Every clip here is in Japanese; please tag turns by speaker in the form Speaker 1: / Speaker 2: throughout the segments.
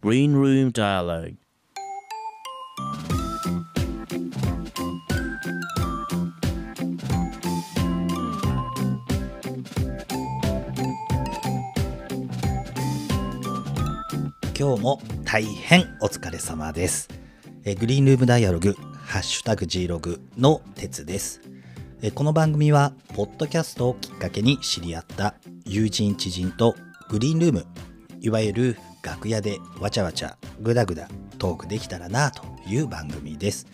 Speaker 1: Green Room Dialogue
Speaker 2: 今日も大変お疲れ様です。えーグリーンルームダイアログ、ハッシュタグ G ログの鉄です。えーこの番組は、ポッドキャストをきっかけに知り合った友人知人とグリーンルーム、いわゆる楽屋でわちゃわちゃ、ぐだぐだトークできたらなという番組です。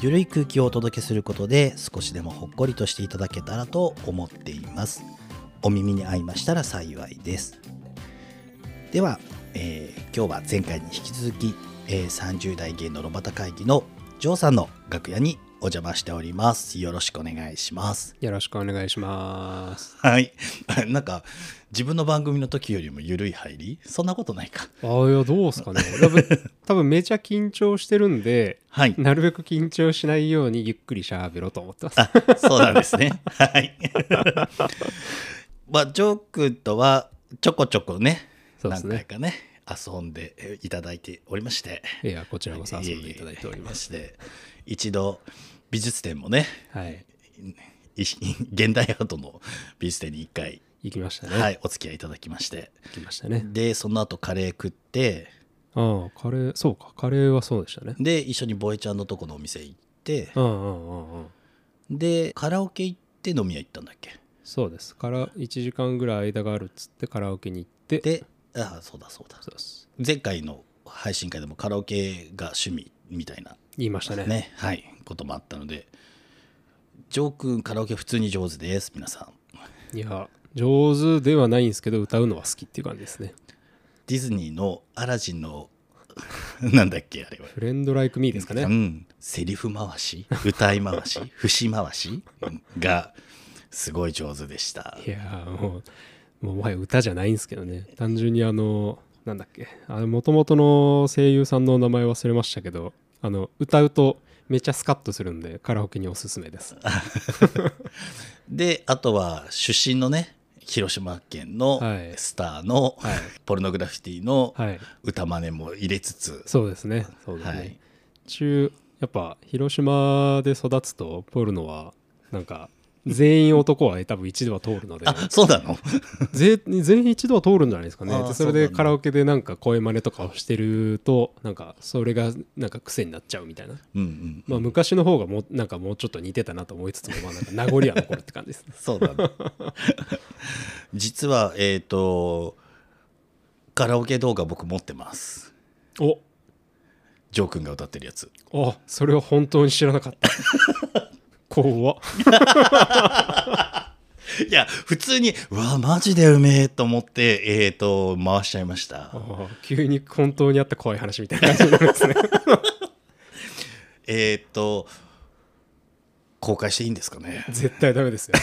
Speaker 2: ゆるい空気をお届けすることで少しでもほっこりとしていただけたらと思っています。お耳に合いましたら幸いです。では、えー今日は前回に引き続き、えー30代芸能ロバタ会議のジョーさんの楽屋にお邪魔しておりますよろしくお願いします
Speaker 3: よろしくお願いします。
Speaker 2: はいなんか自分の番組の時よりも緩い入りそんなことないか
Speaker 3: ああ、いや、どうですかね。多分 多分めちゃ緊張してるんで、
Speaker 2: はい
Speaker 3: なるべく緊張しないようにゆっくりしゃべろうと思ってます。
Speaker 2: そうなんですねはいまあジョー君とはちょこちょこね
Speaker 3: そうですね
Speaker 2: 何回かね遊んでえーいただいておりまして
Speaker 3: いや、こちらこそ遊んでいただいております。
Speaker 2: ええええええまして一度美術展もね
Speaker 3: はい。
Speaker 2: い 現代アートの美術展に一回、
Speaker 3: 行きましたね。
Speaker 2: はい、お付き合いいただきまして
Speaker 3: 行きましたね。
Speaker 2: でその後カレー食って
Speaker 3: ああ、カレー、そうか、カレーはそうでしたね。
Speaker 2: で一緒にボエちゃんのとこのお店行って
Speaker 3: うんうんうんうん。
Speaker 2: でカラオケ行って飲み屋行ったんだっけ
Speaker 3: そうです。から1時間ぐらい間があるっつってカラオケに行って、
Speaker 2: でああそうだそうだ
Speaker 3: そうです。
Speaker 2: 前回の配信会でもカラオケが趣味みたいな
Speaker 3: 言いましたね。
Speaker 2: ねはいこともあったのでジョー君カラオケ普通に上手です皆さん
Speaker 3: いや、上手ではないんですけど、歌うのは好きっていう感じですね。
Speaker 2: ディズニーのアラジンの なんだっけあれは
Speaker 3: フレンドライクミーですかね
Speaker 2: う。ん、セリフ回し歌い回 し節回しがすごい上手でした
Speaker 3: いやーもうもうもはや歌じゃないんですけどね単純にあのなんだっけあもともとの声優さんの名前忘れましたけどあの歌うとめっちゃスカッとするんでカラオケにおすすめです
Speaker 2: であとは出身のね広島県の
Speaker 3: はい
Speaker 2: スターの、
Speaker 3: はい
Speaker 2: ポルノグラフィティの
Speaker 3: はい
Speaker 2: 歌真似も入れつつ、
Speaker 3: そうですねそうですね、
Speaker 2: はい
Speaker 3: 中やっぱ広島で育つとポルノはなんか全員男は多分一度は通るので
Speaker 2: あそうなの
Speaker 3: ぜ全員一度は通るんじゃないですかね
Speaker 2: あー
Speaker 3: で
Speaker 2: そ
Speaker 3: それ
Speaker 2: うなん
Speaker 3: で
Speaker 2: だ
Speaker 3: カラオケでなんか声真似とかをしてるとなんかそれがなんか癖になっちゃうみたいな
Speaker 2: うんうん。
Speaker 3: まあ、昔の方がもうなんかもうちょっと似てたなと思いつつも、まあ、なんか名残は残るって感じですね
Speaker 2: そうな の実はえっ、とカラオケ動画僕持ってます
Speaker 3: お
Speaker 2: ジョー君が歌ってるやつ
Speaker 3: あそれは本当に知らな かった。怖っ
Speaker 2: いや普通にうわマジでうめえと思ってえっ、と回しちゃいました
Speaker 3: あー急に本当にあった怖い話みたいな感じになるん ですね。
Speaker 2: えーっと、公開していいんですかね。
Speaker 3: 絶対ダメ ですよ。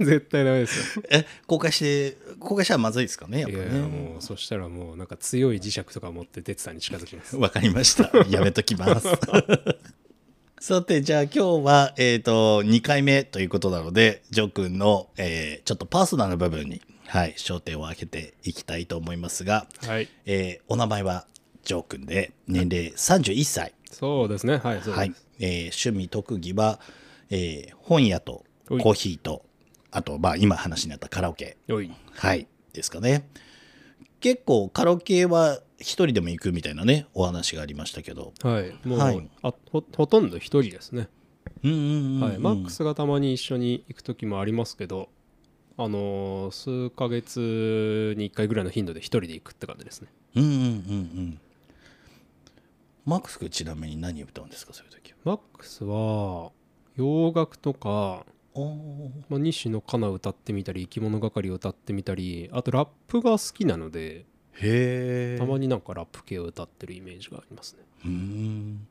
Speaker 3: 絶対ダメですよ。
Speaker 2: え、公開して、公開したらまずいですかね、やっ
Speaker 3: い
Speaker 2: ぱ
Speaker 3: やいや
Speaker 2: ね。
Speaker 3: もうそしたらもうなんか強い磁石とか持って哲さんに近づきます。
Speaker 2: わかりました。やめときます。 さて、じゃあ今日は、えーっと、2回目ということなので、ジョー君の、えーちょっとパーソナル部分に、はい、焦点を当てていきたいと思いますが、
Speaker 3: はい。
Speaker 2: えーお名前はジョー君で、年齢31歳。
Speaker 3: そうですね。はい。そうです
Speaker 2: はいえー趣味特技は、えー本屋とコ
Speaker 3: はい
Speaker 2: ーヒーとあとまあ今話になったカラオケ、
Speaker 3: おい。
Speaker 2: はい、ですかね結構カラオケは一人でも行くみたいなねお話がありましたけど
Speaker 3: はい。もう、
Speaker 2: はい
Speaker 3: あほほとんど一人ですね。
Speaker 2: うんうんうんうん、
Speaker 3: はい、マックスがたまに一緒に行く時もありますけど、あのー数ヶ月に1回ぐらいの頻度で一人で行くって感じですね
Speaker 2: うんうんうんうんマックス君ちなみに何歌うんですかそういう時は
Speaker 3: マックスは洋楽とか、
Speaker 2: おー
Speaker 3: まあ、西野カナ歌ってみたり生き物係歌ってみたりあとラップが好きなので
Speaker 2: へえ
Speaker 3: たまになんかラップ系を歌ってるイメージがありますね
Speaker 2: うん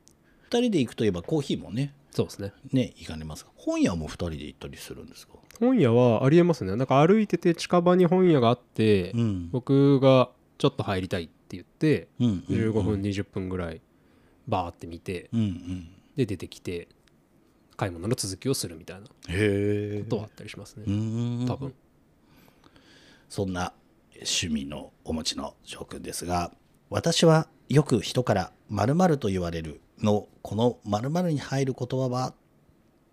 Speaker 2: 2人で行くといえばコーヒーもね
Speaker 3: そうですね
Speaker 2: ね行かれますが本屋も2人で行ったりするんですか
Speaker 3: 本屋はありえますねなんか歩いてて近場に本屋があって、
Speaker 2: ん
Speaker 3: 僕がちょっと入りたいって言って
Speaker 2: うんうんうん
Speaker 3: 15分20分ぐらいバーって見て、
Speaker 2: うんうん
Speaker 3: で出てきて買い物の続きをするみたいなこ
Speaker 2: へえ
Speaker 3: とはあったりします
Speaker 2: う
Speaker 3: ね
Speaker 2: ーん
Speaker 3: 多分
Speaker 2: そんな趣味のお持ちの翔くんですが私はよく人から〇〇と言われるのこの〇〇に入る言葉は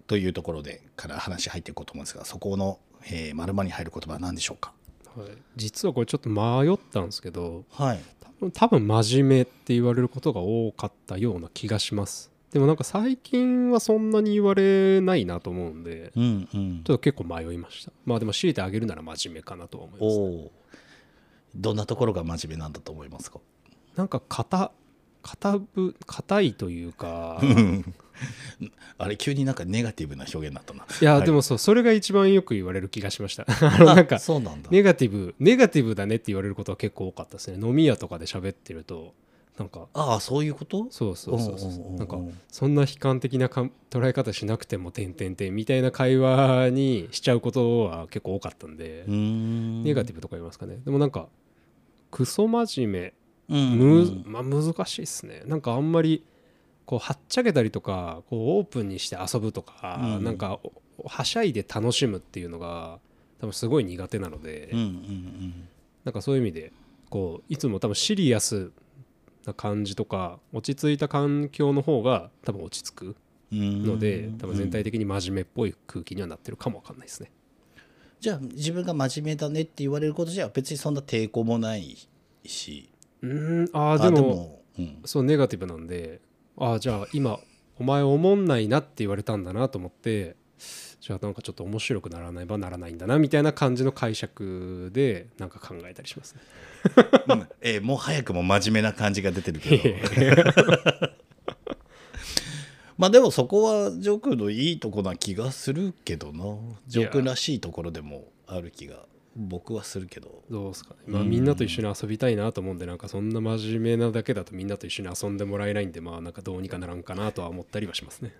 Speaker 2: というところでから話入っていこうと思うんですがそこの、えー、〇〇に入る言葉は何でしょうか
Speaker 3: はい、実はこれちょっと迷ったんですけど
Speaker 2: はい
Speaker 3: 多分多分真面目って言われることが多かったような気がしますでもなんか最近はそんなに言われないなと思うんで
Speaker 2: うんうん
Speaker 3: ちょっと結構迷いましたまあでも強いてあげるなら真面目かなとは思い
Speaker 2: お
Speaker 3: ます
Speaker 2: おーどんなところが真面目なんだと思いますか
Speaker 3: なんか硬硬 ぶ硬いというか
Speaker 2: あれ急になんかネガティブな表現になったない
Speaker 3: やで
Speaker 2: も
Speaker 3: もそうそれが一番よく言われる気がしました あのなんか
Speaker 2: そうなんだ、
Speaker 3: ネガティブネガティブだねって言われることは結構多かったですね飲み屋とかで喋ってるとなんか
Speaker 2: ああそういうこと
Speaker 3: そうそうそうそ
Speaker 2: おうおうおうお
Speaker 3: う
Speaker 2: う
Speaker 3: なんかそんな悲観的なかん捉え方しなくても点点点みたいな会話にしちゃうことは結構多かったんで
Speaker 2: うーん
Speaker 3: ネガティブとか言いますかねでもなんかクソ真面
Speaker 2: ブ、うん
Speaker 3: 目
Speaker 2: う
Speaker 3: む
Speaker 2: ん
Speaker 3: まあ難しいですねなんかあんまりこうはっちゃけたりとかこうオープンにして遊ぶとか
Speaker 2: うん
Speaker 3: なんかおはしゃいで楽しむっていうのが多分すごい苦手なので
Speaker 2: うんうんうん
Speaker 3: なんかそういう意味でこういつも多分シリアスな感じとか落ち着いた環境の方が多分落ち着く
Speaker 2: うーん
Speaker 3: ので多分全体的に真面目っぽい空気にはなってるかもわかんないですね。
Speaker 2: じゃあ自分が真面目だねって言われることじゃ別にそんな抵抗もないし
Speaker 3: うーんあ
Speaker 2: あ
Speaker 3: ーでも
Speaker 2: うん
Speaker 3: そうネガティブなんであーじゃあ今お前おもんないなって言われたんだなと思ってじゃあなんかちょっと面白くならないばならないんだなみたいな感じの解釈でなんか考えたりし ますね。
Speaker 2: うんえーもう早くも真面目な感じが出てるけどまあでもそこはジョー君のいいとこな気がするけどなジョー君らしいところでもある気が僕はするけど
Speaker 3: どうですかね、まあ、
Speaker 2: うん
Speaker 3: みんなと一緒に遊びたいなと思うんでなんかそんな真面目なだけだとみんなと一緒に遊んでもらえないんでまあなんかどうにかならんかなとは思ったりはしますね、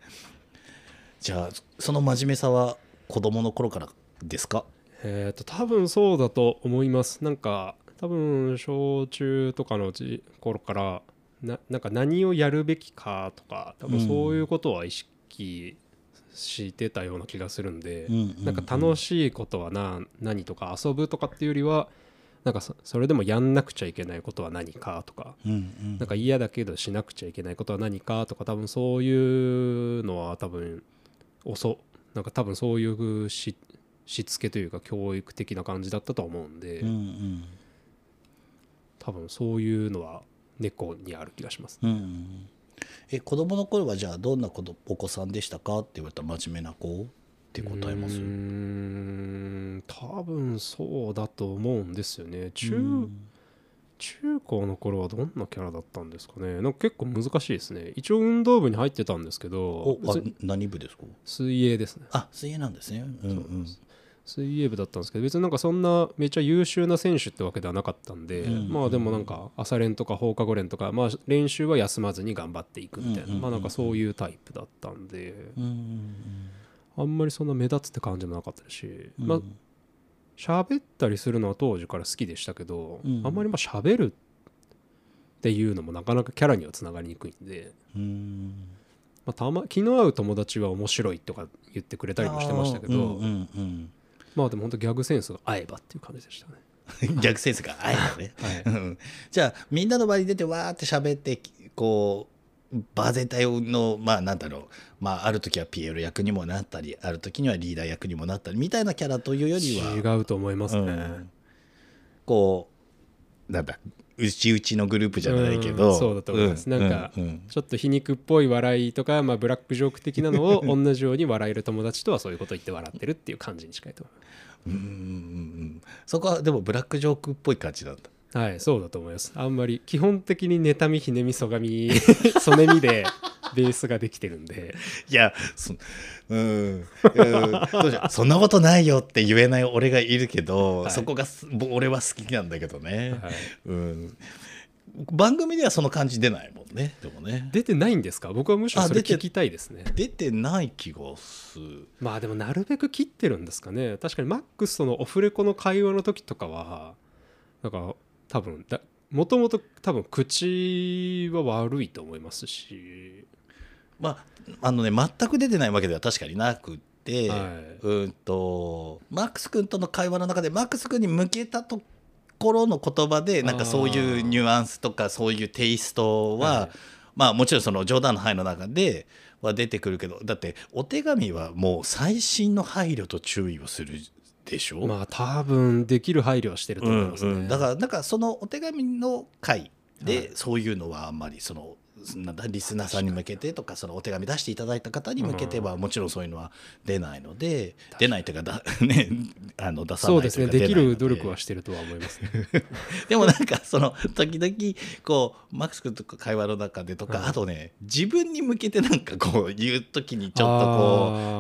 Speaker 2: じゃあその真面目さは子供の頃からですか
Speaker 3: えっと多分そうだと思いますなんか多分小中とかのうち頃からななんか何をやるべきかとか多分そういうことは意識してたような気がするんで、なんか楽しいことはな何とか遊ぶとかっていうよりはなんかそそれでもやんなくちゃいけないことは何かとか
Speaker 2: うんうん
Speaker 3: なんか嫌だけどしなくちゃいけないことは何かとか多分そういうのは多分遅なんか多分そういうししつけというか教育的な感じだったとは思うんで、
Speaker 2: うんうん
Speaker 3: 多分そういうのは猫にある気がします。
Speaker 2: うんうんえ子供の頃はじゃあどんな子どお子さんでしたかって言われたら真面目な子って答えます
Speaker 3: うーん多分そうだと思うんですよね中
Speaker 2: うん
Speaker 3: 中高の頃はどんなキャラだったんですかねなんか結構難しいですね一応運動部に入ってたんですけど
Speaker 2: おあ
Speaker 3: 別に
Speaker 2: 何部ですか
Speaker 3: 水泳ですね
Speaker 2: あ水泳なんですねうんう
Speaker 3: そうんです水泳部だったんですけど別になんかそんなめっちゃ優秀な選手ってわけではなかったんで、
Speaker 2: うん
Speaker 3: まあでもなんか朝練とか放課後練とか、まあ、練習は休まずに頑張っていくみたいな、
Speaker 2: うんうんうん
Speaker 3: まあなんかそういうタイプだったんで
Speaker 2: うんうん
Speaker 3: あんまりそんな目立つって感じもなかったし、
Speaker 2: うん
Speaker 3: まあ喋ったりするのは当時から好きでしたけど、
Speaker 2: うん
Speaker 3: あんまりまあ喋るっていうのもなかなかキャラにはつながりにくいんで、
Speaker 2: うん
Speaker 3: まあ、たま気の合う友達は面白いとか言ってくれたりもしてましたけど、
Speaker 2: あーうんうん
Speaker 3: まあでも本当ギャグセンスが合えばっていう感じでしたね。
Speaker 2: うん 逆センスがあえたね
Speaker 3: はい
Speaker 2: うんじゃあみんなの場に出てわーって喋ってこうバー全体のまあなんだろうまあある時は PL 役にもなったりある時にはリーダー役にもなったりみたいなキャラというよりは
Speaker 3: 違うと思いますね、
Speaker 2: うんこうなんだうちうちのグループじゃないけど、
Speaker 3: うんそうだと思いますなんか
Speaker 2: うんうん
Speaker 3: ちょっと皮肉っぽい笑いとか、まあ、ブラックジョーク的なの を同じように笑える友達とはそういうこと言って笑ってるっていう感じに近いと思いま
Speaker 2: うんうんうんうんそこはでもブラックジョークっぽい感じなんだ
Speaker 3: すはいそうだと思いますあんまり基本的に妬みひねみそ がみそねみでベースができてるんで
Speaker 2: いやそ,、うんうん、どうしようそんなことないよって言えない俺がいるけど、
Speaker 3: はい
Speaker 2: そこがすぼ俺は好きなんだけどね、
Speaker 3: はい
Speaker 2: うん、番組ではその感じ出ないもんねでもね
Speaker 3: 出てないんですか僕はむしろ
Speaker 2: あ
Speaker 3: それ
Speaker 2: 出て
Speaker 3: 聞きたいですね
Speaker 2: 出てない気がする
Speaker 3: まあでもなるべく切ってるんですかね確かにマックスとのオフレコの会話の時とかはなんか多分だもともと多分口は悪いと思いますし、
Speaker 2: まああのね全く出てないわけでは確かになくって、
Speaker 3: はいう
Speaker 2: ーんとマックス君との会話の中でマックス君に向けたと頃の言葉でなんかそういうニュアンスとかそういうテイストは、
Speaker 3: はい
Speaker 2: まあもちろんその冗談の範囲の中では出てくるけどだってお手紙はもう細心の配慮と注意をするでしょ、
Speaker 3: まあ多分できる配慮はしてると
Speaker 2: う
Speaker 3: 思い
Speaker 2: ん
Speaker 3: ますね、
Speaker 2: うん、だからなんかそのお手紙の回
Speaker 3: はい
Speaker 2: でそういうのはあんまりそのなんだリスナーさんに向けてとかそのお手紙出していただいた方に向けてはもちろんそういうのは出ないので出ないというかだ、 ね、あの出さな
Speaker 3: そ
Speaker 2: いうとい
Speaker 3: で
Speaker 2: う
Speaker 3: すね
Speaker 2: か
Speaker 3: でき
Speaker 2: 出ないの
Speaker 3: る努力はしてるとは思いますね、
Speaker 2: でもなんかその時々こうマックス君と会話の中でとか、
Speaker 3: うん
Speaker 2: あとね自分に向けてなんかこう言う時 にちょっとこう。
Speaker 3: あ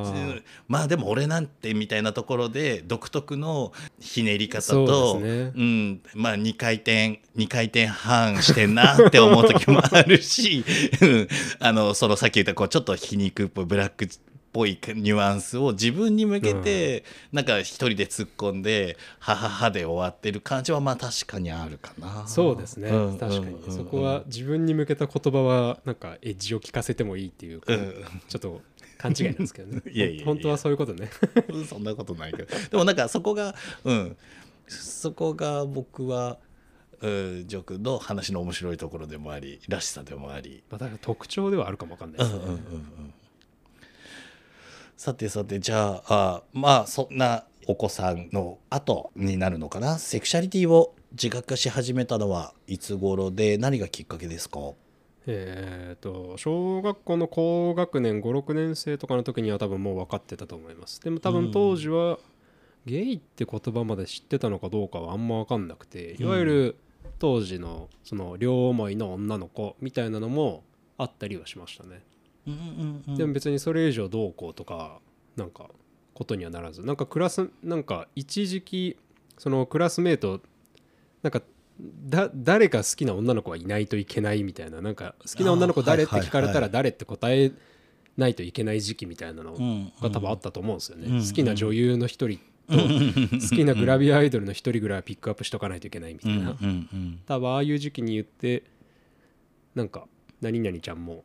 Speaker 3: ー
Speaker 2: まあでも俺なんてみたいなところで独特のひねり方
Speaker 3: そ
Speaker 2: と
Speaker 3: うですね
Speaker 2: うん、まあ2回転2回転半してんなって思う時もあるし、 うん、あのそのさっき言ったこうちょっと皮肉っぽいブラックっぽいニュアンスを自分に向けて、なんか一人で突っ込んで「ははは」で終わってる感じはまあ確かにあるかな。
Speaker 3: そうですね、
Speaker 2: うん
Speaker 3: 確か
Speaker 2: うんうんう
Speaker 3: に
Speaker 2: ん
Speaker 3: そこは自分に向けた言葉はなんかエッジを聞かせてもいいっていうか、
Speaker 2: うん
Speaker 3: ちょっと勘違いなんですけどね
Speaker 2: いやいやいや
Speaker 3: 本当はそういうことね
Speaker 2: うんそんなことないけどでもなんかそこがうんそこが僕はうんジョー君の話の面白いところでもありらしさでもあり、
Speaker 3: まあだから特徴ではあるかもわかんない
Speaker 2: うん
Speaker 3: で
Speaker 2: うんう
Speaker 3: す
Speaker 2: ん
Speaker 3: ね、
Speaker 2: うん、さてさてじゃああまあそんなお子さんの後になるのかなセクシャリティを自覚し始めたのはいつ頃で何がきっかけですか
Speaker 3: えっと小学校の高学年56年生とかの時には多分もう分かってたと思いますでも多
Speaker 2: うん
Speaker 3: 分当時はゲイって言葉まで知ってたのかどうかはあんま分かんなくて
Speaker 2: うん
Speaker 3: いわゆる当時のその両思いの女の子みたいなのもあったりはしましたね
Speaker 2: うんうんうん
Speaker 3: でも別にそれ以上どうこうとかなんかことにはならずなんかクラスなんか一時期そのクラスメートなんかだ誰か好きな女の子はいないといけないみたいななんか好きな女の子
Speaker 2: あーはい
Speaker 3: 誰って聞かれ
Speaker 2: は
Speaker 3: た
Speaker 2: いは
Speaker 3: ら誰って答えないといけない時期みたいなの
Speaker 2: うん
Speaker 3: が多分あったと思うんですよね、
Speaker 2: うん
Speaker 3: 好きな女優の一人と好きなグラビアアイドルの一人ぐらいはピックアップしとかないといけないみた
Speaker 2: う
Speaker 3: い
Speaker 2: ん
Speaker 3: な、
Speaker 2: うんうん
Speaker 3: 多分ああいう時期に言ってなんか何々ちゃんも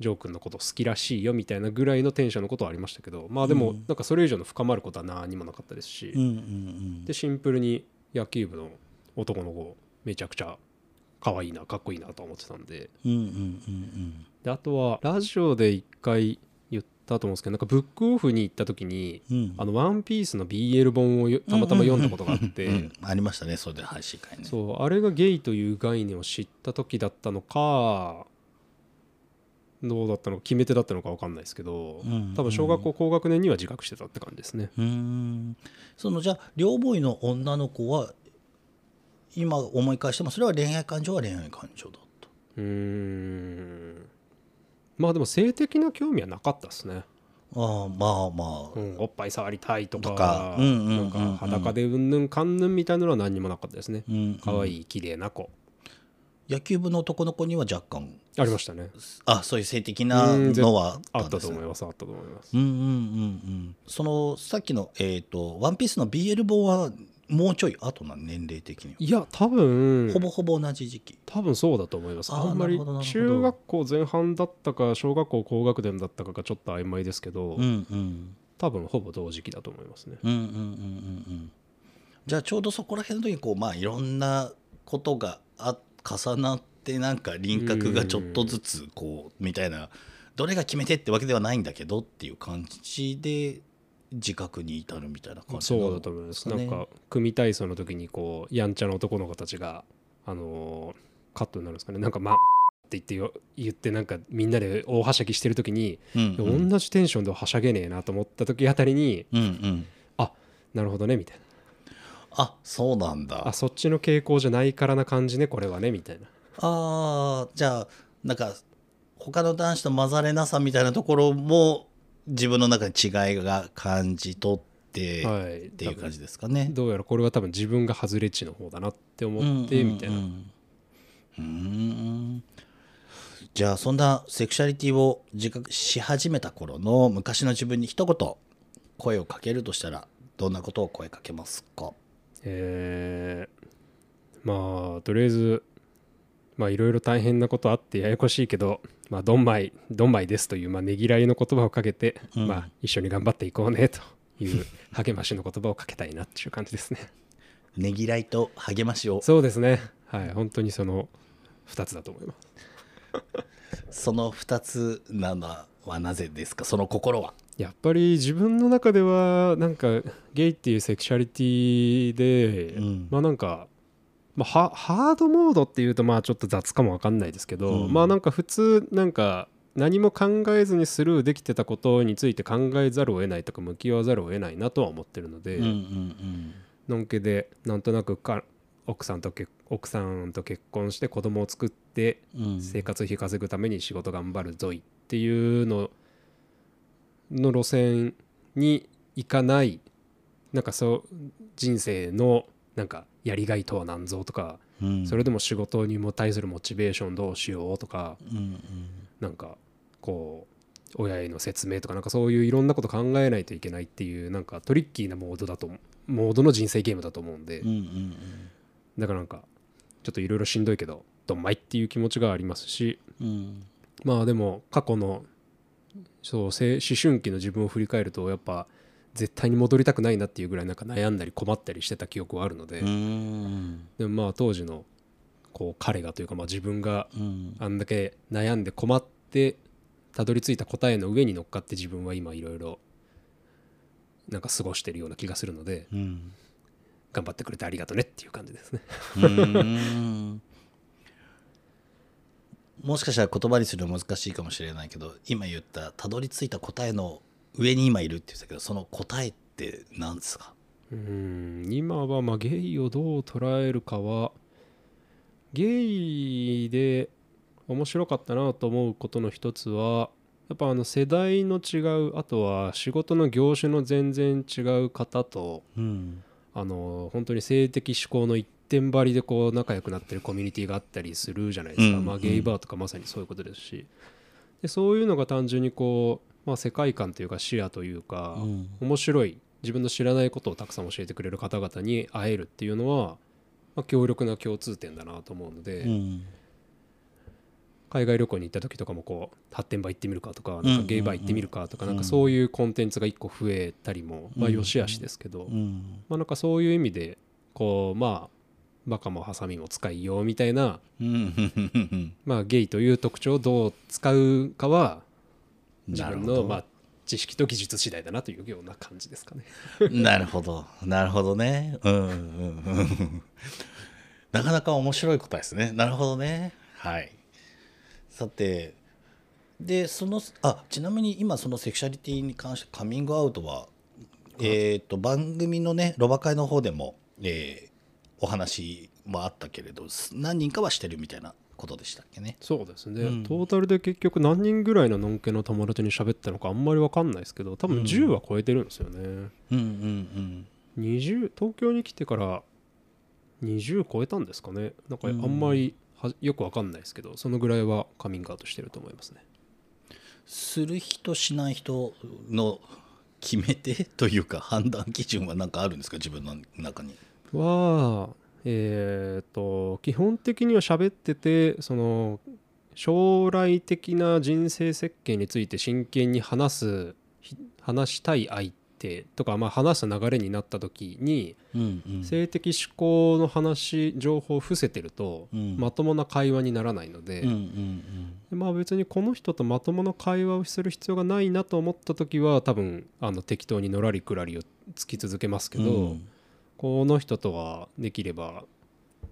Speaker 3: ジョー君のこと好きらしいよみたいなぐらいのテンションのことはありましたけどまあで
Speaker 2: う
Speaker 3: も
Speaker 2: ん
Speaker 3: なんかそれ以上の深まることは何もなかったですし、
Speaker 2: うんうん
Speaker 3: でシンプルに野球部の男の子めちゃくちゃ可愛いなかっこいいなと思ってたんで
Speaker 2: うんうんうんうん
Speaker 3: であとはラジオで一回言ったと思うんですけどなんかブックオフに行った時に
Speaker 2: うんうん
Speaker 3: 「あのワンピースの BL 本をよたまたま読んだことがあって。
Speaker 2: うんありましたねそれで配信会ね
Speaker 3: そうあれがゲイという概念を知った時だったのかどうだったのか決め手だったのか分かんないですけど、
Speaker 2: うん
Speaker 3: 多分小学校高学年には自覚してたって感じですね、
Speaker 2: うーんそのじゃあ両思いの女の子は今思い返してもそれは恋愛感情は恋愛感情だった
Speaker 3: うーんまあでも性的な興味はなかったですね、
Speaker 2: ああまあま
Speaker 3: うん、おっぱい触りたいとか
Speaker 2: とかうんうんうんうん
Speaker 3: なんか裸でうんぬんかんぬんみたいなのは何にもなかったですね
Speaker 2: あ、うん
Speaker 3: 可愛
Speaker 2: い
Speaker 3: い綺麗な子
Speaker 2: 野球部の男の子には若干
Speaker 3: ありましたね
Speaker 2: あそういう性的な
Speaker 3: うんぜ
Speaker 2: のは
Speaker 3: あったと思
Speaker 2: う
Speaker 3: いますあったと思います
Speaker 2: うんうんうんうんそのさっきの「えー、とワンピースの BL 本はもうちょい後なの年齢的には、
Speaker 3: いや多分
Speaker 2: ほぼほぼ同じ時期
Speaker 3: 多分そうだと思います
Speaker 2: あ
Speaker 3: あ
Speaker 2: ー
Speaker 3: んま
Speaker 2: なる
Speaker 3: り
Speaker 2: ほどなるほど
Speaker 3: 中学校前半だったか小学校高学年だったかがちょっと曖昧ですけど、
Speaker 2: うんうん
Speaker 3: 多分ほぼ同時期だと思いますね
Speaker 2: うんうんうんうんうんじゃあちょうどそこら辺の時にこうまあいろんなことがあ重なってなんか輪郭がちょっとずつこうみたいなどれが決めてってわけではないんだけどっていう感じで自覚に至るみたいな感じな
Speaker 3: そう
Speaker 2: の
Speaker 3: だと思います
Speaker 2: ね
Speaker 3: なんか組体操の時にこうやんちゃな男の子たちがあのーカットになるんですかねなんかまあって言ってよ言ってなんかみんなで大はしゃぎしてる時に、
Speaker 2: うんうん
Speaker 3: 同じテンションでははしゃげねえなと思った時あたりに
Speaker 2: うんうん
Speaker 3: なるほどねみたい
Speaker 2: あそうなんだ
Speaker 3: なあそっちの傾向じゃないからな感じねこれはねみたいな
Speaker 2: あーじゃあなんか他の男子と混ざれなさみたいなところも自分の中に違いが感じ取ってっ
Speaker 3: はいって
Speaker 2: いう感じですかね、
Speaker 3: どうやらこれは多分自分が外れ値の方だなって思ってみたいな、
Speaker 2: うんうんうんうんじゃあそんなセクシャリティを自覚し始めた頃の昔の自分に一言声をかけるとしたらどんなことを声かけますか
Speaker 3: えーまあとりあえずまあいろいろ大変なことあってややこしいけどまあドンマイドンマイですというまあねぎらいの言葉をかけて、
Speaker 2: うん
Speaker 3: まあ一緒に頑張っていこうねという励ましの言葉をかけたいなっていう感じですね
Speaker 2: ねぎらいと励ましを
Speaker 3: そうですねはい本当にその2つだと思います
Speaker 2: その2つなのはなぜですかその心は
Speaker 3: やっぱり自分の中ではなんかゲイっていうセクシャリティで、
Speaker 2: うん
Speaker 3: まあなんか、まあ、ハハードモードっていうとまあちょっと雑かもわかんないですけど、
Speaker 2: うん
Speaker 3: まあなんか普通なんか何も考えずにスルーできてたことについて考えざるを得ないとか向き合わざるを得ないなとは思ってるので、
Speaker 2: うんうん
Speaker 3: のんけでなんとなくか奥さんと結奥さんと結婚して子供を作って
Speaker 2: うんうん
Speaker 3: 生活費稼ぐために仕事頑張るぞいっていうのの路線に行かないなんかそう人生のなんかやりがいとは何ぞとか
Speaker 2: うん
Speaker 3: それでも仕事にも対するモチベーションどうしようとか
Speaker 2: うん
Speaker 3: なんかこう親への説明とかなんかそういういろんなこと考えないといけないっていうなんかトリッキーなモードだとモードの人生ゲームだと思うんで
Speaker 2: うんうんうん
Speaker 3: だからなんかちょっといろいろしんどいけどどんまいっていう気持ちがありますし
Speaker 2: うんうん
Speaker 3: まあでも過去のそうせ思春期の自分を振り返るとやっぱ絶対に戻りたくないなっていうぐらいなんか悩んだり困ったりしてた記憶はあるので、
Speaker 2: うーん
Speaker 3: でもまあ当時のこう彼がというかまあ自分が
Speaker 2: うん
Speaker 3: あんだけ悩んで困ってたどり着いた答えの上に乗っかって自分は今いろいろなんか過ごしてるような気がするので
Speaker 2: うん
Speaker 3: 頑張ってくれてありがとねっていう感じですね。
Speaker 2: うーんもしかしたら言葉にするの難しいかもしれないけど今言ったたどり着いた答えの上に今いるって言ってたけどその答えって何ですか
Speaker 3: うん今はまあゲイをどう捉えるかはゲイで面白かったなと思うことの一つはやっぱあの世代の違うあとは仕事の業種の全然違う方と
Speaker 2: うん
Speaker 3: あの本当に性的指向の一点張りでこう仲良くなってるコミュニティがあったりするじゃないですか、
Speaker 2: うん
Speaker 3: まあ、
Speaker 2: うん
Speaker 3: ゲイバーとかまさにそういうことですしでそういうのが単純にこう、まあ、世界観というか視野というか、
Speaker 2: うん
Speaker 3: 面白い自分の知らないことをたくさん教えてくれる方々に会えるっていうのは、まあ、強力な共通点だなと思うので、
Speaker 2: うん
Speaker 3: 海外旅行に行った時とかもこう発展場行ってみるかと
Speaker 2: う
Speaker 3: か
Speaker 2: んう
Speaker 3: なんん
Speaker 2: う
Speaker 3: か
Speaker 2: ん
Speaker 3: ゲイバー行ってみるかとか,、なん
Speaker 2: うん
Speaker 3: かそういうコンテンツが一個増えたりも、まあ、
Speaker 2: うん
Speaker 3: よし悪しですけど、
Speaker 2: うん
Speaker 3: まあ、なんかそういう意味でこうまあバカもハサミも使いようみたいな、
Speaker 2: うん
Speaker 3: まあ、ゲイという特徴をどう使うかは自
Speaker 2: なる
Speaker 3: 分
Speaker 2: ほ
Speaker 3: の
Speaker 2: ど、
Speaker 3: まあ知識と技術次第だなというような感じですかね。
Speaker 2: なるほどなるほどねうんうんうんなかなか面白い答えですねなるほどねはいさてでそのあちなみに今そのセクシャリティに関してカミングアウトは、えっ、と番組のねロバ会の方でも、えーお話もあったけれどす何人かはしてるみたいなことでしたっけね
Speaker 3: そうですね、
Speaker 2: うん
Speaker 3: トータルで結局何人ぐらいののんけの友達に喋ったのかあんまり分かんないですけど多分10は超えてるんですよね、
Speaker 2: うんうん
Speaker 3: 20東京に来てから20超えたんですかねなんかあ
Speaker 2: うん
Speaker 3: んまりはよく分かんないですけどそのぐらいはカミングアウトしてると思いますね
Speaker 2: する人しない人の決め手というか判断基準は何かあるんですか自分の中に。
Speaker 3: はえっと基本的には喋っててその将来的な人生設計について真剣に話すひ話したい相手とか、まあ、話す流れになった時に
Speaker 2: うんうん
Speaker 3: 性的指向の話情報を伏せてると、
Speaker 2: うん
Speaker 3: まともな会話にならないので、
Speaker 2: うんうん
Speaker 3: でまあ、別にこの人とまともな会話をする必要がないなと思った時は多分あの適当にのらりくらりをつき続けますけ
Speaker 2: うん
Speaker 3: ど、
Speaker 2: うん
Speaker 3: この人とはできれば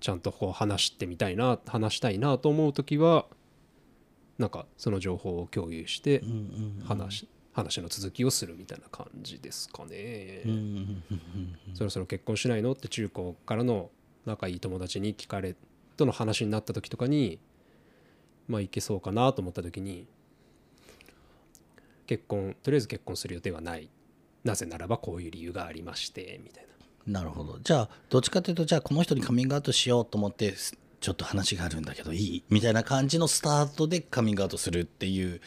Speaker 3: ちゃんとこう話してみたいな話したいなと思う時はなんかその情報を共有して
Speaker 2: うんうん
Speaker 3: 話,、話の続きをするみたいな感じですかね。
Speaker 2: うんうんうん
Speaker 3: そろそろ結婚しないのって中高からの仲いい友達に聞かれとの話になった時とかにまあいけそうかなと思った時に結婚とりあえず結婚する予定はないなぜならばこういう理由がありましてみたいな
Speaker 2: なるほどじゃあどっちかというとじゃあこの人にカミングアウトしようと思ってすちょっと話があるんだけどいいみたいな感じのスタートでカミングアウトするっていう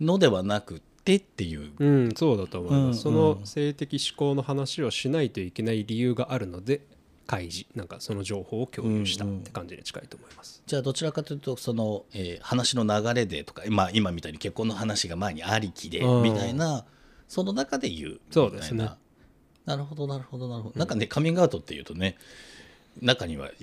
Speaker 2: のではなくてっていう。
Speaker 3: うんそうだと思います、
Speaker 2: うん
Speaker 3: その性的指向の話をしないといけない理由があるので開示なんかその情報を共有したって感じに近いと思います、
Speaker 2: じゃあどちらかというとその、えー話の流れでとか、まあ、今みたいに結婚の話が前にありきで
Speaker 3: うん
Speaker 2: みたいなその中で言うみたいな
Speaker 3: そうですね
Speaker 2: なるほどなるほどなるほど、なんかねカミングアウトっていうとね中にはい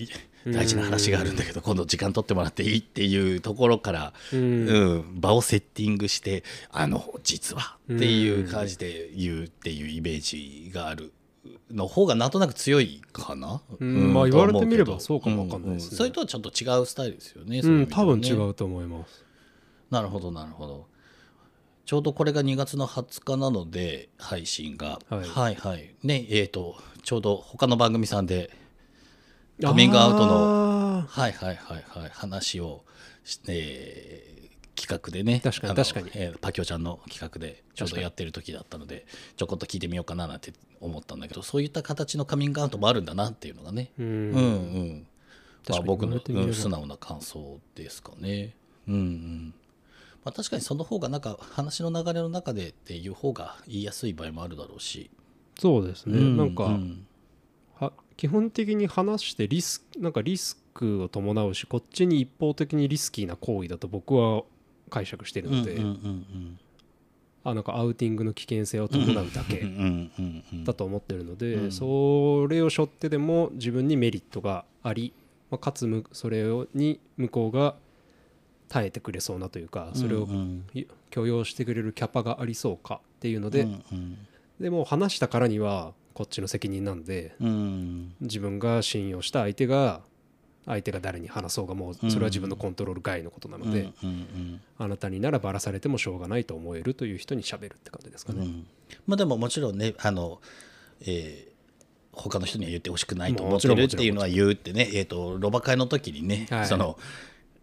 Speaker 2: 大事な話があるんだけど今度時間取ってもらっていいっていうところから、
Speaker 3: う
Speaker 2: うんん、場をセッティングして「あの実は」っていう感じで言うっていうイメージがあるの方がなんとなく強いかな、
Speaker 3: うんまあ
Speaker 2: と思
Speaker 3: 言われてみれば
Speaker 2: けど
Speaker 3: そうかもわかんないですね
Speaker 2: それとはちょっと違うスタイルですよね。
Speaker 3: う
Speaker 2: そういう意
Speaker 3: ん、
Speaker 2: 味では
Speaker 3: 多
Speaker 2: ね
Speaker 3: 分違うと思います。
Speaker 2: なるほどなるほどちょうどこれが2月の20日なので配信が、
Speaker 3: はい
Speaker 2: はいはいねえー、とちょうど他の番組さんでカ
Speaker 3: あ
Speaker 2: ミングアウト
Speaker 3: の。
Speaker 2: はいはいはいはい話をして、えー企画でね
Speaker 3: 確かに
Speaker 2: あの
Speaker 3: 確かに
Speaker 2: えーパキオちゃんの企画でちょう
Speaker 3: 確か
Speaker 2: ど
Speaker 3: に
Speaker 2: やってる時だったのでちょこっと聞いてみようかななんて思ったんだけどそういった形のカミングアウトもあるんだなっていうのがね
Speaker 3: う
Speaker 2: うんうん
Speaker 3: ん。
Speaker 2: まあ、
Speaker 3: 確かに
Speaker 2: 僕
Speaker 3: 言わ
Speaker 2: の
Speaker 3: れてみれば
Speaker 2: うん素直な感想ですかね。うんうんまあ、確かにその方がなんか話の流れの中でっていう方が言いやすい場合もあるだろうし、
Speaker 3: そうですね。
Speaker 2: うん
Speaker 3: なんか、
Speaker 2: うん
Speaker 3: は基本的に話してリスなんかリスクを伴うしこっちに一方的にリスキーな行為だと僕は解釈してる
Speaker 2: うんう
Speaker 3: の
Speaker 2: んう
Speaker 3: で、
Speaker 2: ん
Speaker 3: あなんかアウティングの危険性を伴うだ
Speaker 2: うんう
Speaker 3: け
Speaker 2: んうんうん
Speaker 3: だと思ってるので、
Speaker 2: うん
Speaker 3: それを背負ってでも自分にメリットがあり、まあ、かつむそれをに向こうが耐えてくれそうなというかそれを
Speaker 2: うんうん
Speaker 3: い許容してくれるキャパがありそうかっていうので、
Speaker 2: うんうん
Speaker 3: でも話したからにはこっちの責任なんで
Speaker 2: うん
Speaker 3: 自分が信用した相手が相手が誰に話そうがもうそれは自分のコントロール外のことなので、
Speaker 2: うんうん
Speaker 3: あなたにならばらされてもしょうがないと思えるという人に喋るって感じですか
Speaker 2: うんう
Speaker 3: ね。
Speaker 2: んまあでももちろんねあの、えー他の人には言ってほしくないと思
Speaker 3: も
Speaker 2: って
Speaker 3: ちろん
Speaker 2: るっていうのは言うってね、えー、とロバ会の時にね、
Speaker 3: はい
Speaker 2: その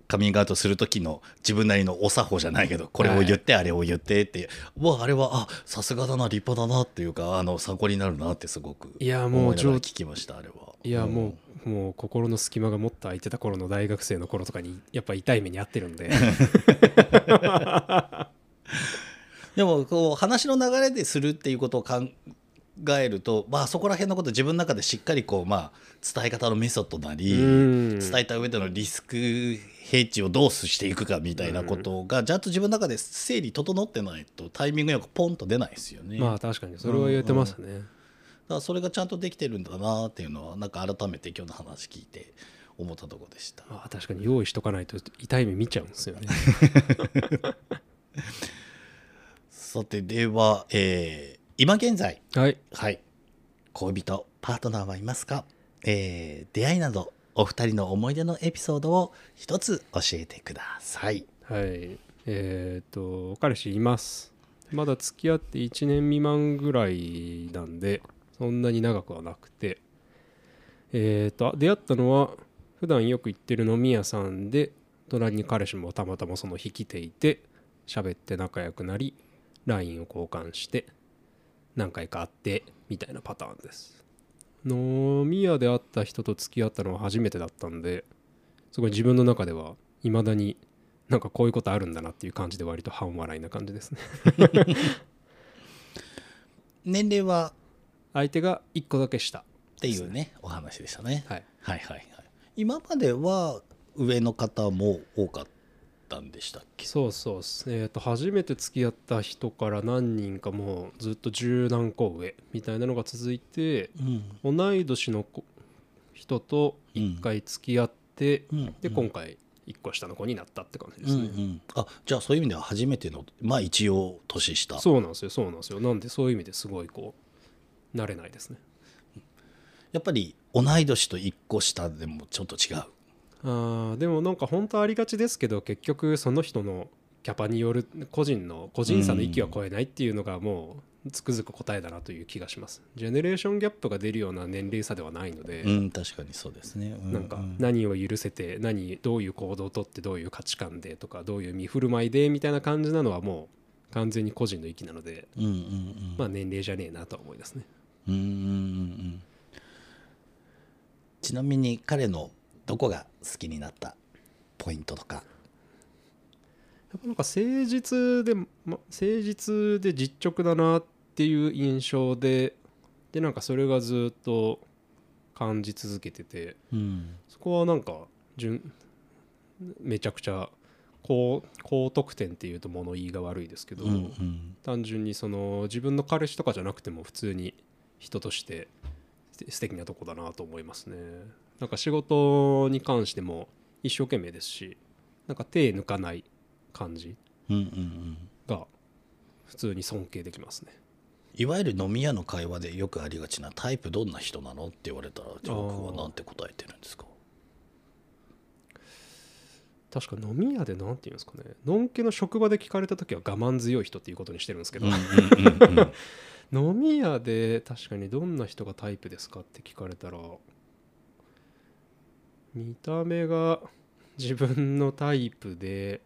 Speaker 2: カミングアウトする時の自分なりのお作法じゃないけどこれを言って、あれを言ってっていううわあれはあさすがだな立派だなっていうかあの参考になるなってすごく
Speaker 3: いやもう
Speaker 2: 思いながら
Speaker 3: 上
Speaker 2: 聞きましたあれはい
Speaker 3: やもう,、もう心の隙間がもっと空いてた頃の大学生の頃とかにやっぱ痛い目に遭ってる んで
Speaker 2: でもこう話の流れでするっていうことを考えると、まあ、そこら辺のこと自分の中でしっかりこう、まあ、伝え方のメソッドなり
Speaker 3: うん
Speaker 2: 伝えた上でのリスクヘッジをどうしていくかみたいなことがちゃんと自分の中で整理整ってないとタイミングよくポンと出ないですよね。
Speaker 3: まあ確かにそれは言えてますね、
Speaker 2: だからそれがちゃんとできてるんだなっていうのはなんか改めて今日の話聞いて思ったところでした。
Speaker 3: まあ確かに用意しとかないと痛い目見ちゃうんですよ ね
Speaker 2: さてでは、えー今現在
Speaker 3: はい
Speaker 2: はい。恋人、パートナーはいますか、えー出会いなど、お二人の思い出のエピソードを一つ教えてください。
Speaker 3: はいえっ、と彼氏いますまだ付き合って1年未満ぐらいなんでそんなに長くはなくてえっ、とあ出会ったのは普段よく行ってる飲み屋さんで隣に彼氏もたまたまその日来ていて喋って仲良くなり LINE を交換して何回か会ってみたいなパターンです飲み屋で会った人と付き合ったのは初めてだったんですごい自分の中では未だになんかこういうことあるんだなっていう感じで割と半笑いな感じですね
Speaker 2: 年齢は
Speaker 3: 相手が1個だけ下
Speaker 2: っていうね、お話でしたね。
Speaker 3: はい
Speaker 2: はいはいはい。今までは上の方も多かったんでしたっけ
Speaker 3: そうそうっすえーと初めて付き合った人から何人かもうずっと十何個上みたいなのが続いて
Speaker 2: うん。
Speaker 3: 同い年の子人と1回付き合って、
Speaker 2: うん
Speaker 3: で今回1個下の子になったって感じで
Speaker 2: う
Speaker 3: す
Speaker 2: んう
Speaker 3: ね、
Speaker 2: ん、あじゃあそういう意味では初めてのまあ一応年下
Speaker 3: そうなんですよそうなんですよなんでそういう意味ですごいこう慣れないですね
Speaker 2: やっぱり同い年と一個下でもちょっと違う
Speaker 3: あーでもなんか本当ありがちですけど結局その人のキャパによる個人の個人差の域は超えないっていうのがもうつくづく答えだなという気がしますジェネレーションギャップが出るような年齢差ではないので、
Speaker 2: うん確かにそうですねう
Speaker 3: なんか何を許せて何どういう行動をとってどういう価値観でとかどういう見振る舞いでみたいな感じなのはもう完全に個人の域なので、
Speaker 2: うんうんうん
Speaker 3: まあ年齢じゃねえなとは思いますね
Speaker 2: うんうんうんうんちなみに彼のどこが好きになったポイントとか
Speaker 3: やっぱなんか誠実で、ま、誠実で実直だなっていう印象ででなんかそれがずっと感じ続けてて
Speaker 2: うん
Speaker 3: そこはなんか順めちゃくちゃ高高得点っていうと物言いが悪いですけど、
Speaker 2: うんうん
Speaker 3: 単純にその自分の彼氏とかじゃなくても普通に人としてす素敵なとこだなと思いますね。なんか仕事に関しても一生懸命ですしなんか手抜かない感じ
Speaker 2: うんうんうん
Speaker 3: が普通に尊敬できますね
Speaker 2: いわゆる飲み屋の会話でよくありがちなタイプどんな人なのって言われたらじゃあ僕はなんて答えてるんですか
Speaker 3: 確か飲み屋でなんて言うんですかねのんけの職場で聞かれた時は我慢強い人っていうことにしてるんですけど、
Speaker 2: うんうんうんうん
Speaker 3: 飲み屋で確かにどんな人がタイプですかって聞かれたら見た目が自分のタイプで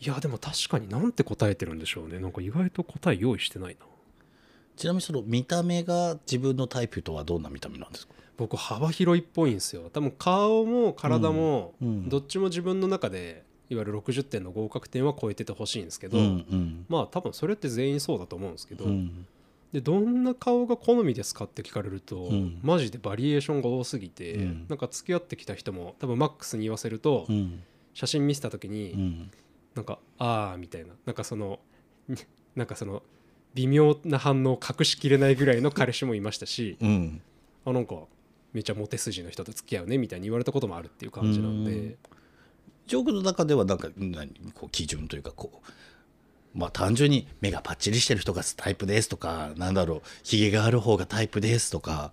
Speaker 3: いやでも確かになんて答えてるんでしょうねなんか意外と答え用意してないな
Speaker 2: ちなみにその見た目が自分のタイプとはどんな見た目なんですか
Speaker 3: 僕幅広いっぽいんですよ多分顔も体も
Speaker 2: うんうん
Speaker 3: どっちも自分の中でいわゆる60点の合格点は超えててほしいんですけど、
Speaker 2: ん
Speaker 3: まあ多分それって全員そうだと思うんですけど、
Speaker 2: うん
Speaker 3: でどんな顔が好みですかって聞かれると、
Speaker 2: うん
Speaker 3: マジでバリエーションが多すぎて、
Speaker 2: うん
Speaker 3: なんか付き合ってきた人も多分マックスに言わせると、
Speaker 2: うん
Speaker 3: 写真見せた時に、
Speaker 2: うん
Speaker 3: なんか「ああ」みたいななんかその になんかその微妙な反応を隠しきれないぐらいの彼氏もいましたし
Speaker 2: うん
Speaker 3: あなんかめちゃモテ筋の人と付き合うねみたいに言われたこともあるっていう感じなんで、
Speaker 2: うんジョークの中ではなんか何こう基準というかこうまあ単純に目がパッチリしてる人がタイプですとかなんだろうひげがある方がタイプですとか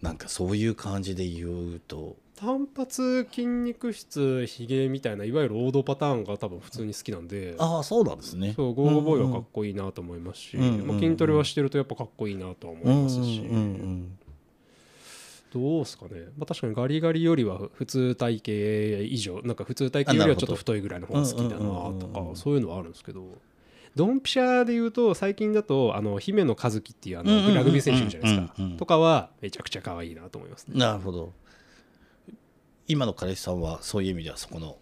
Speaker 2: なんかそういう感じで言うと
Speaker 3: 単発筋肉質ひげみたいないわゆる王道パターンが多分普通に好きなんで。
Speaker 2: ああそうなんですね
Speaker 3: そうゴーゴーボーイはかっこいいなと思いますし、
Speaker 2: うんうんうん
Speaker 3: まあ、筋トレはしてるとやっぱかっこいいなとは思
Speaker 2: う
Speaker 3: い
Speaker 2: ん
Speaker 3: ますし、
Speaker 2: うんうん
Speaker 3: どうですかね、まあ、確かにガリガリよりは普通体型以上なんか普通体型よりはちょっと太いぐらいの方が好きだな
Speaker 2: あなる
Speaker 3: と
Speaker 2: ほどうんうんうんうん
Speaker 3: かそういうのはあるんですけどドンピシャで言うと最近だとあの姫野和樹っていうあ
Speaker 2: うんうんうんう
Speaker 3: の
Speaker 2: ん
Speaker 3: ラグビー選手いるじゃないですか
Speaker 2: うんうんうん
Speaker 3: とかはめちゃくちゃ可愛いなと思いますね
Speaker 2: なるほど今の彼氏さんはそういう意味ではそこの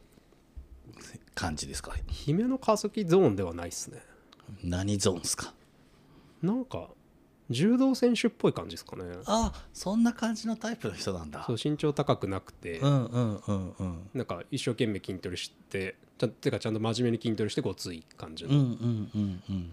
Speaker 2: 感じですか
Speaker 3: 姫野和樹ゾーンではないですね
Speaker 2: 何ゾーンですか
Speaker 3: なんか柔道選手っぽい感じですかね
Speaker 2: ああそんな感じのタイプの人なんだ
Speaker 3: そう身長高くなくて、
Speaker 2: うんうんうんうん
Speaker 3: なんか一生懸命筋トレしてちゃんてかちゃんと真面目に筋トレしてごつい感じ
Speaker 2: う
Speaker 3: の、
Speaker 2: んうんうんうん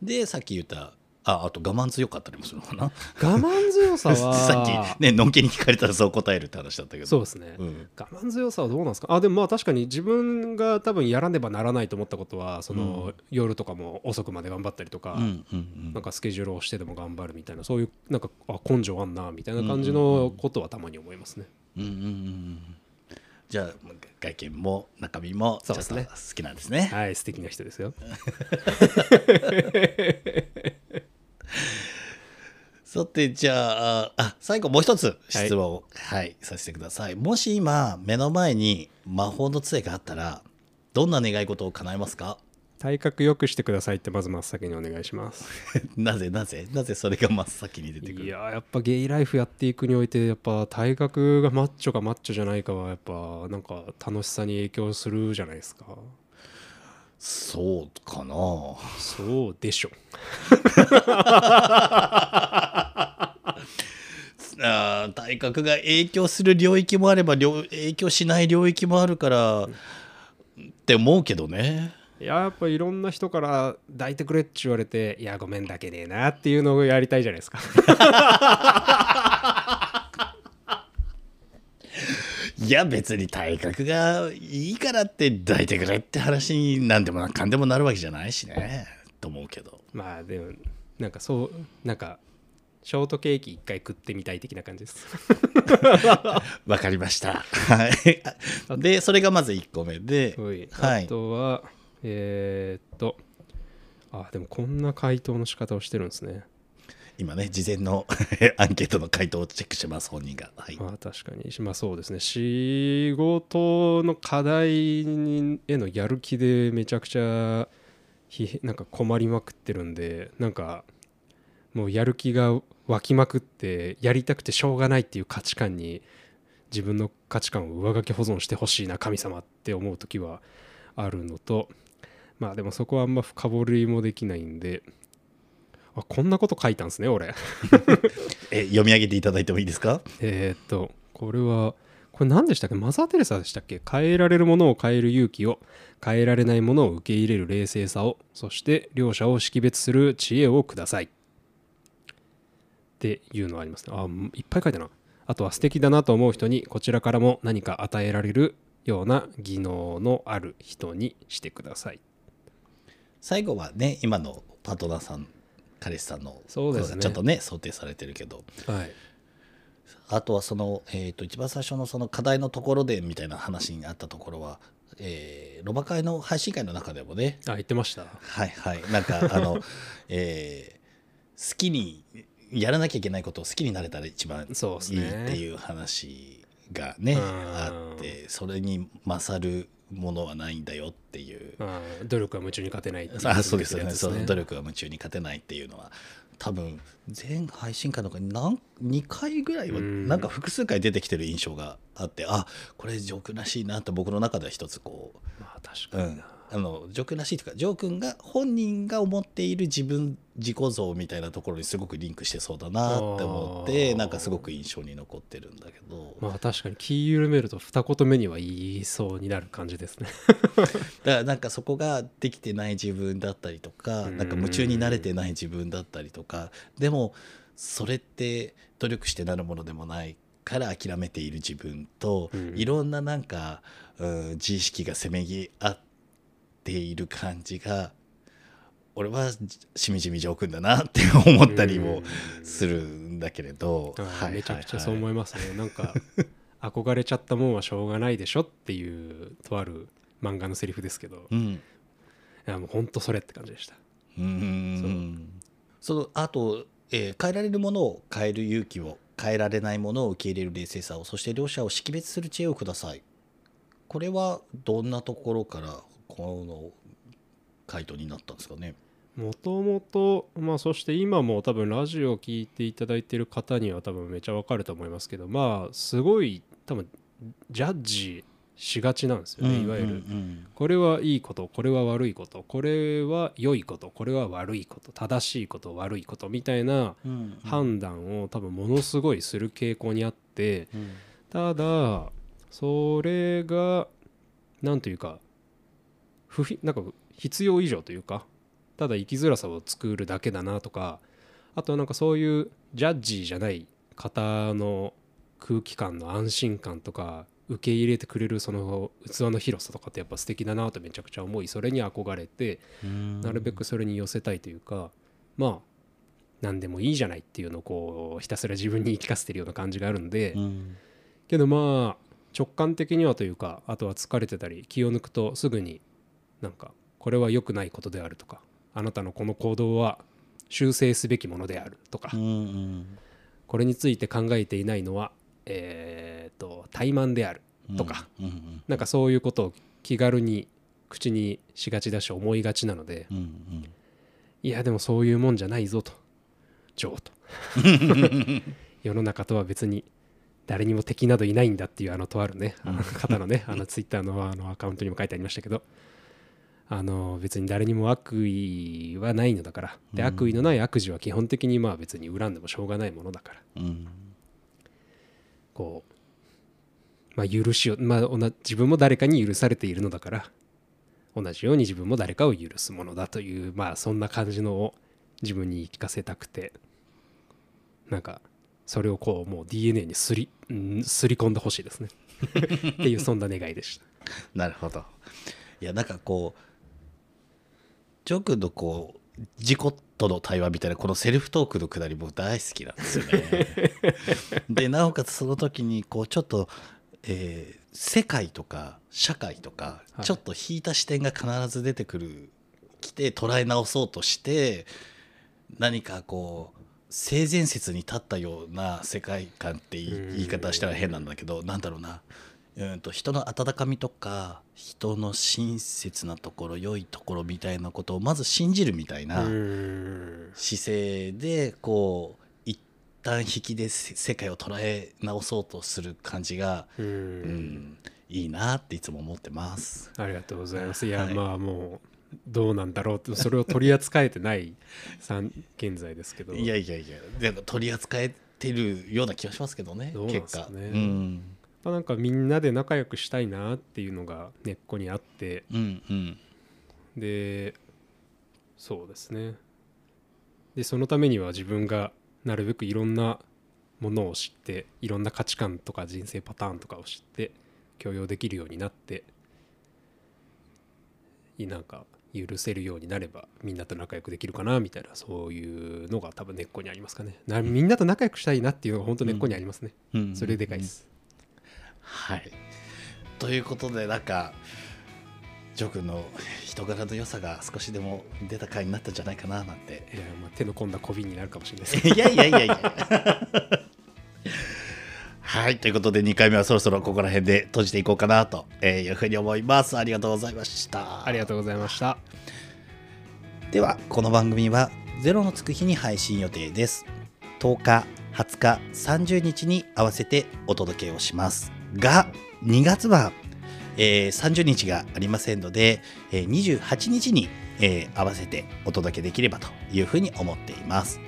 Speaker 2: でさっき言ったああと我慢強かったりもするのかな
Speaker 3: 我慢強 さは
Speaker 2: さっきねのんけに聞かれたらそう答えるって話だったけど
Speaker 3: そう
Speaker 2: う、
Speaker 3: ですね、
Speaker 2: ん、
Speaker 3: 我慢強さはどうなんですかあでもまあ確かに自分が多分やらねばならないと思ったことはその、
Speaker 2: うん
Speaker 3: 夜とかも遅くまで頑張ったりとか、
Speaker 2: うんうんう
Speaker 3: なんんかスケジュールをしてでも頑張るみたいなそういうなんかあ根性あんなみたいな感じのことはたまに思いますね、
Speaker 2: うんうんうんうんじゃあ外見も中身も
Speaker 3: そうですね
Speaker 2: ちょっと好きなんですね
Speaker 3: はい素敵な人ですよ
Speaker 2: さてじゃああ最後もう一つ質問を、はいさせてくださいもし今目の前に魔法の杖があったらどんな願い事を叶えますか
Speaker 3: 体格良くしてくださいってまず真っ先にお願いします
Speaker 2: なぜなぜなぜそれが真っ先に出てく
Speaker 3: い
Speaker 2: る
Speaker 3: やーやっぱゲイライフやっていくにおいてやっぱ体格がマッチョかマッチョじゃないかはやっぱなんか楽しさに影響するじゃないですか
Speaker 2: そうかな
Speaker 3: そうでしょ
Speaker 2: あー体格が影響する領域もあれば領影響しない領域もあるからって思うけどね
Speaker 3: いやーやっぱいろんな人から抱いてくれって言われていやごめんだけねえなっていうのをやりたいじゃない ですか
Speaker 2: いや別に体格がいいからって抱いてくれって話に何でもなんかんでもなるわけじゃないしねと思うけど
Speaker 3: まあでもなんかそうなんかショートケーキ一回食ってみたい的な感じです
Speaker 2: わかりました。はい。で、それがまず1個目で、
Speaker 3: はい
Speaker 2: は
Speaker 3: あ
Speaker 2: い。
Speaker 3: とはえーっとあでもこんな回答の仕方をしてるんですね
Speaker 2: 今ね、事前の アンケートの回答をチェックしてます、本人が。はい。
Speaker 3: まあ確かにまあそうですね仕事の課題にへのやる気でめちゃくちゃひなんか困りまくってるんでなんかもうやる気が湧きまくってやりたくてしょうがないっていう価値観に自分の価値観を上書き保存してほしいな神様って思う時はあるのとまあでもそこはあんま深掘りもできないんであこんなこと書いたんですね俺。
Speaker 2: え、読み上げていただいてもいいですか
Speaker 3: えーっとこれはこれ何でしたっけマザー・テレサでしたっけ変えられるものを変える勇気を変えられないものを受け入れる冷静さをそして両者を識別する知恵をくださいっていうのありますねあーいっぱい書いたなあとは素敵だなと思う人にこちらからも何か与えられるような技能のある人にしてください
Speaker 2: 最後はね今のパートナーさん彼氏さんの
Speaker 3: そうですね
Speaker 2: ちょっとね想定されてるけど
Speaker 3: はい
Speaker 2: あとはその、えー、と一番最初のその課題のところでみたいな話にあったところは、えーロバ会の配信会の中でもね
Speaker 3: あ言ってました
Speaker 2: はいはいなんかあ の、えー好きにやらなきゃいけないことを好きになれたら一番い
Speaker 3: そう
Speaker 2: い
Speaker 3: っ
Speaker 2: っ
Speaker 3: す
Speaker 2: て
Speaker 3: ね
Speaker 2: いう話がね
Speaker 3: うん
Speaker 2: あってそれに勝るものはないんだよっていう
Speaker 3: あー努力は夢中に勝てないってい
Speaker 2: あそうですよ
Speaker 3: や
Speaker 2: ね
Speaker 3: つ
Speaker 2: その努力が夢中に勝てないっていうのは多分全配信会の中に何2回ぐらいは
Speaker 3: うん
Speaker 2: なんか複数回出てきてる印象があってあこれジョー君らしいなって僕の中では一つこ
Speaker 3: まあ確
Speaker 2: う、う
Speaker 3: かに
Speaker 2: ん
Speaker 3: な、
Speaker 2: あのジョー君らしいというかジョー君が本人が思っている自分自己像みたいなところにすごくリンクしてそうだなって思っ
Speaker 3: あ
Speaker 2: て
Speaker 3: ー
Speaker 2: なんかすごく印象に残ってるんだけど。
Speaker 3: まあ確かに気緩めると二言目には言いそうになる感じで すね
Speaker 2: だからなんかそこができてない自分だったりとか
Speaker 3: うん
Speaker 2: なんか夢中になれてない自分だったりとかでもそれって努力してなるものでもないから諦めている自分と、
Speaker 3: うん
Speaker 2: いろんななんか、うん、自意識がせめぎ合っている感じが俺はしみじみ上君だなって思ったりもするんだけれど、
Speaker 3: うん
Speaker 2: はいはいはい
Speaker 3: めちゃくちゃそう思いますねな んか憧れちゃったもんはしょうがないでしょっていうとある漫画のセリフですけど、
Speaker 2: う
Speaker 3: い
Speaker 2: ん
Speaker 3: やもうほんとそれって感じでした
Speaker 2: うんそのあと、えー変えられるものを変える勇気を変えられないものを受け入れる冷静さをそして両者を識別する知恵をくださいこれはどんなところからこの回答になったんですかね
Speaker 3: もともとまあそして今も多分ラジオを聞いていただいてる方には多分めちゃわかると思いますけどまあすごい多分ジャッジしがちなんですよね、いわゆる、
Speaker 2: うん
Speaker 3: これはいいことこれは悪いことこれは良いことこれは悪いこと正しいこと悪いことみたいな
Speaker 2: うんうん
Speaker 3: 判断を多分ものすごいする傾向にあって
Speaker 2: うん
Speaker 3: ただそれがなんというか不必なんか必要以上というかただ生きづらさを作るだけだなとかあとなんかそういうジャッジーじゃない方の空気感の安心感とか受け入れてくれるその器の広さとかってやっぱ素敵だなとめちゃくちゃ思いそれに憧れてなるべくそれに寄せたいというかまあ何でもいいじゃないっていうのをこうひたすら自分に言い聞かせてるような感じがあるんで、
Speaker 2: うん
Speaker 3: けどまあ直感的にはというかあとは疲れてたり気を抜くとすぐになんかこれは良くないことであるとかあなたのこの行動は修正すべきものであるとか、
Speaker 2: うんうん
Speaker 3: これについて考えていないのはえー、と怠慢であるとか、
Speaker 2: うんうん
Speaker 3: なんかそういうことを気軽に口にしがちだし思いがちなので
Speaker 2: うんうん
Speaker 3: いやでもそういうもんじゃないぞとジョー と世の中とは別に誰にも敵などいないんだっていうあのとあるねあの方のねあ のツイッターのあのアカウントにも書いてありましたけどあの別に誰にも悪意はないのだからで悪意のない悪事は基本的にまあ別に恨んでもしょうがないものだから
Speaker 2: うん
Speaker 3: こうまあ許しをまあ同じ自分も誰かに許されているのだから同じように自分も誰かを許すものだというまあそんな感じのを自分に言い聞かせたくてなんかそれをこうもう DNA にすりんすり込んでほしいですね っていうそんな願いでした
Speaker 2: なるほど。いやなんかこうジョー君のこう自己との対話みたいなこのセルフトークのくだり僕大好きなんですよね。 でなおかつその時にこうちょっと、えー世界とか社会とか、
Speaker 3: はい
Speaker 2: ちょっと引いた視点が必ず出てくる来て捉え直そうとして何かこう性善説に立ったような世界観ってい
Speaker 3: うん
Speaker 2: 言い方したら変なんだけどなんだろうなうんと人の温かみとか人の親切なところ良いところみたいなことをまず信じるみたいな
Speaker 3: うん
Speaker 2: 姿勢でこう一旦引きでせ世界を捉え直そうとする感じが、
Speaker 3: う
Speaker 2: うん
Speaker 3: ん
Speaker 2: いいなっていつも思ってます。
Speaker 3: ありがとうございますいや、
Speaker 2: はい
Speaker 3: まあもうどうなんだろうってそれを取り扱えてないさん現在ですけど
Speaker 2: いやいやいやでも取り扱えてるような気がしますけどね
Speaker 3: どうなん
Speaker 2: 結
Speaker 3: す
Speaker 2: 果。
Speaker 3: か
Speaker 2: う
Speaker 3: ね
Speaker 2: ん
Speaker 3: やっぱなんかみんなで仲良くしたいなっていうのが根っこにあって
Speaker 2: うんうん
Speaker 3: でそうですねでそのためには自分がなるべくいろんなものを知っていろんな価値観とか人生パターンとかを知って許容できるようになっていなんか許せるようになればみんなと仲良くできるかなみたいなそういうのが多分根っこにありますかねなみんなと仲良くしたいなっていうのが本当根っこにありますね、
Speaker 2: うん
Speaker 3: それでかいです、
Speaker 2: はい。ということで、なんか、ジョー君の人柄の良さが少しでも出た回になったんじゃないかななんて。
Speaker 3: いやまあ、手の込んだ小瓶になるかもしれないですけど
Speaker 2: いやいやいやいや。 はい。ということで、2回目はそろそろここら辺で閉じていこうかなとえーいうふうに思います。ありがとうございました。
Speaker 3: ありがとうございました
Speaker 2: ではこの番組は「ゼロのつく日」に配信予定です10日20日30日に合わせてお届けをしますが2月は、えー30日がありませんので、えー28日に、えー合わせてお届けできればというふうに思っています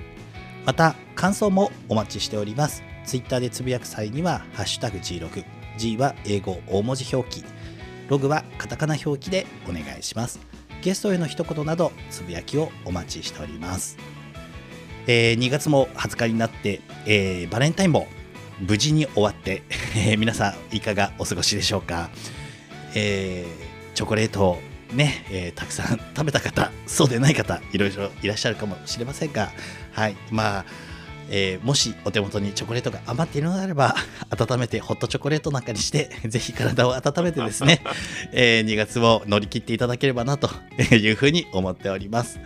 Speaker 2: また感想もお待ちしております Twitter でつぶやく際には「ハッシュタグ #G6」G は英語大文字表記ログはカタカナ表記でお願いしますゲストへの一言などつぶやきをお待ちしております、えー2月も20日になって、えーバレンタインも無事に終わって、えー皆さんいかがお過ごしでしょうか、えーチョコレートをね、えーたくさん食べた方そうでない方いろいろいらっしゃるかもしれませんがはいまあえーもしお手元にチョコレートが余っているのであれば温めてホットチョコレートなんかにしてぜひ体を温めてですねえー2月を乗り切っていただければなというふうに思っております。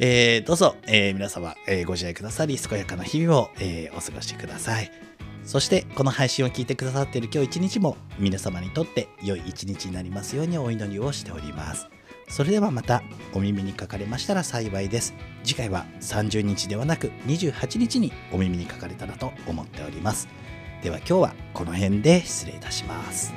Speaker 2: えーどうぞ、えー皆様、えーご自愛くださり、健やかな日々を、えーお過ごしください。そして、この配信を聞いてくださっている今日一日も、皆様にとって良い一日になりますようにお祈りをしております。それではまた、お耳にかかれましたら幸いです。次回は30日ではなく28日にお耳にかかれたらと思っております。では今日はこの辺で失礼いたします。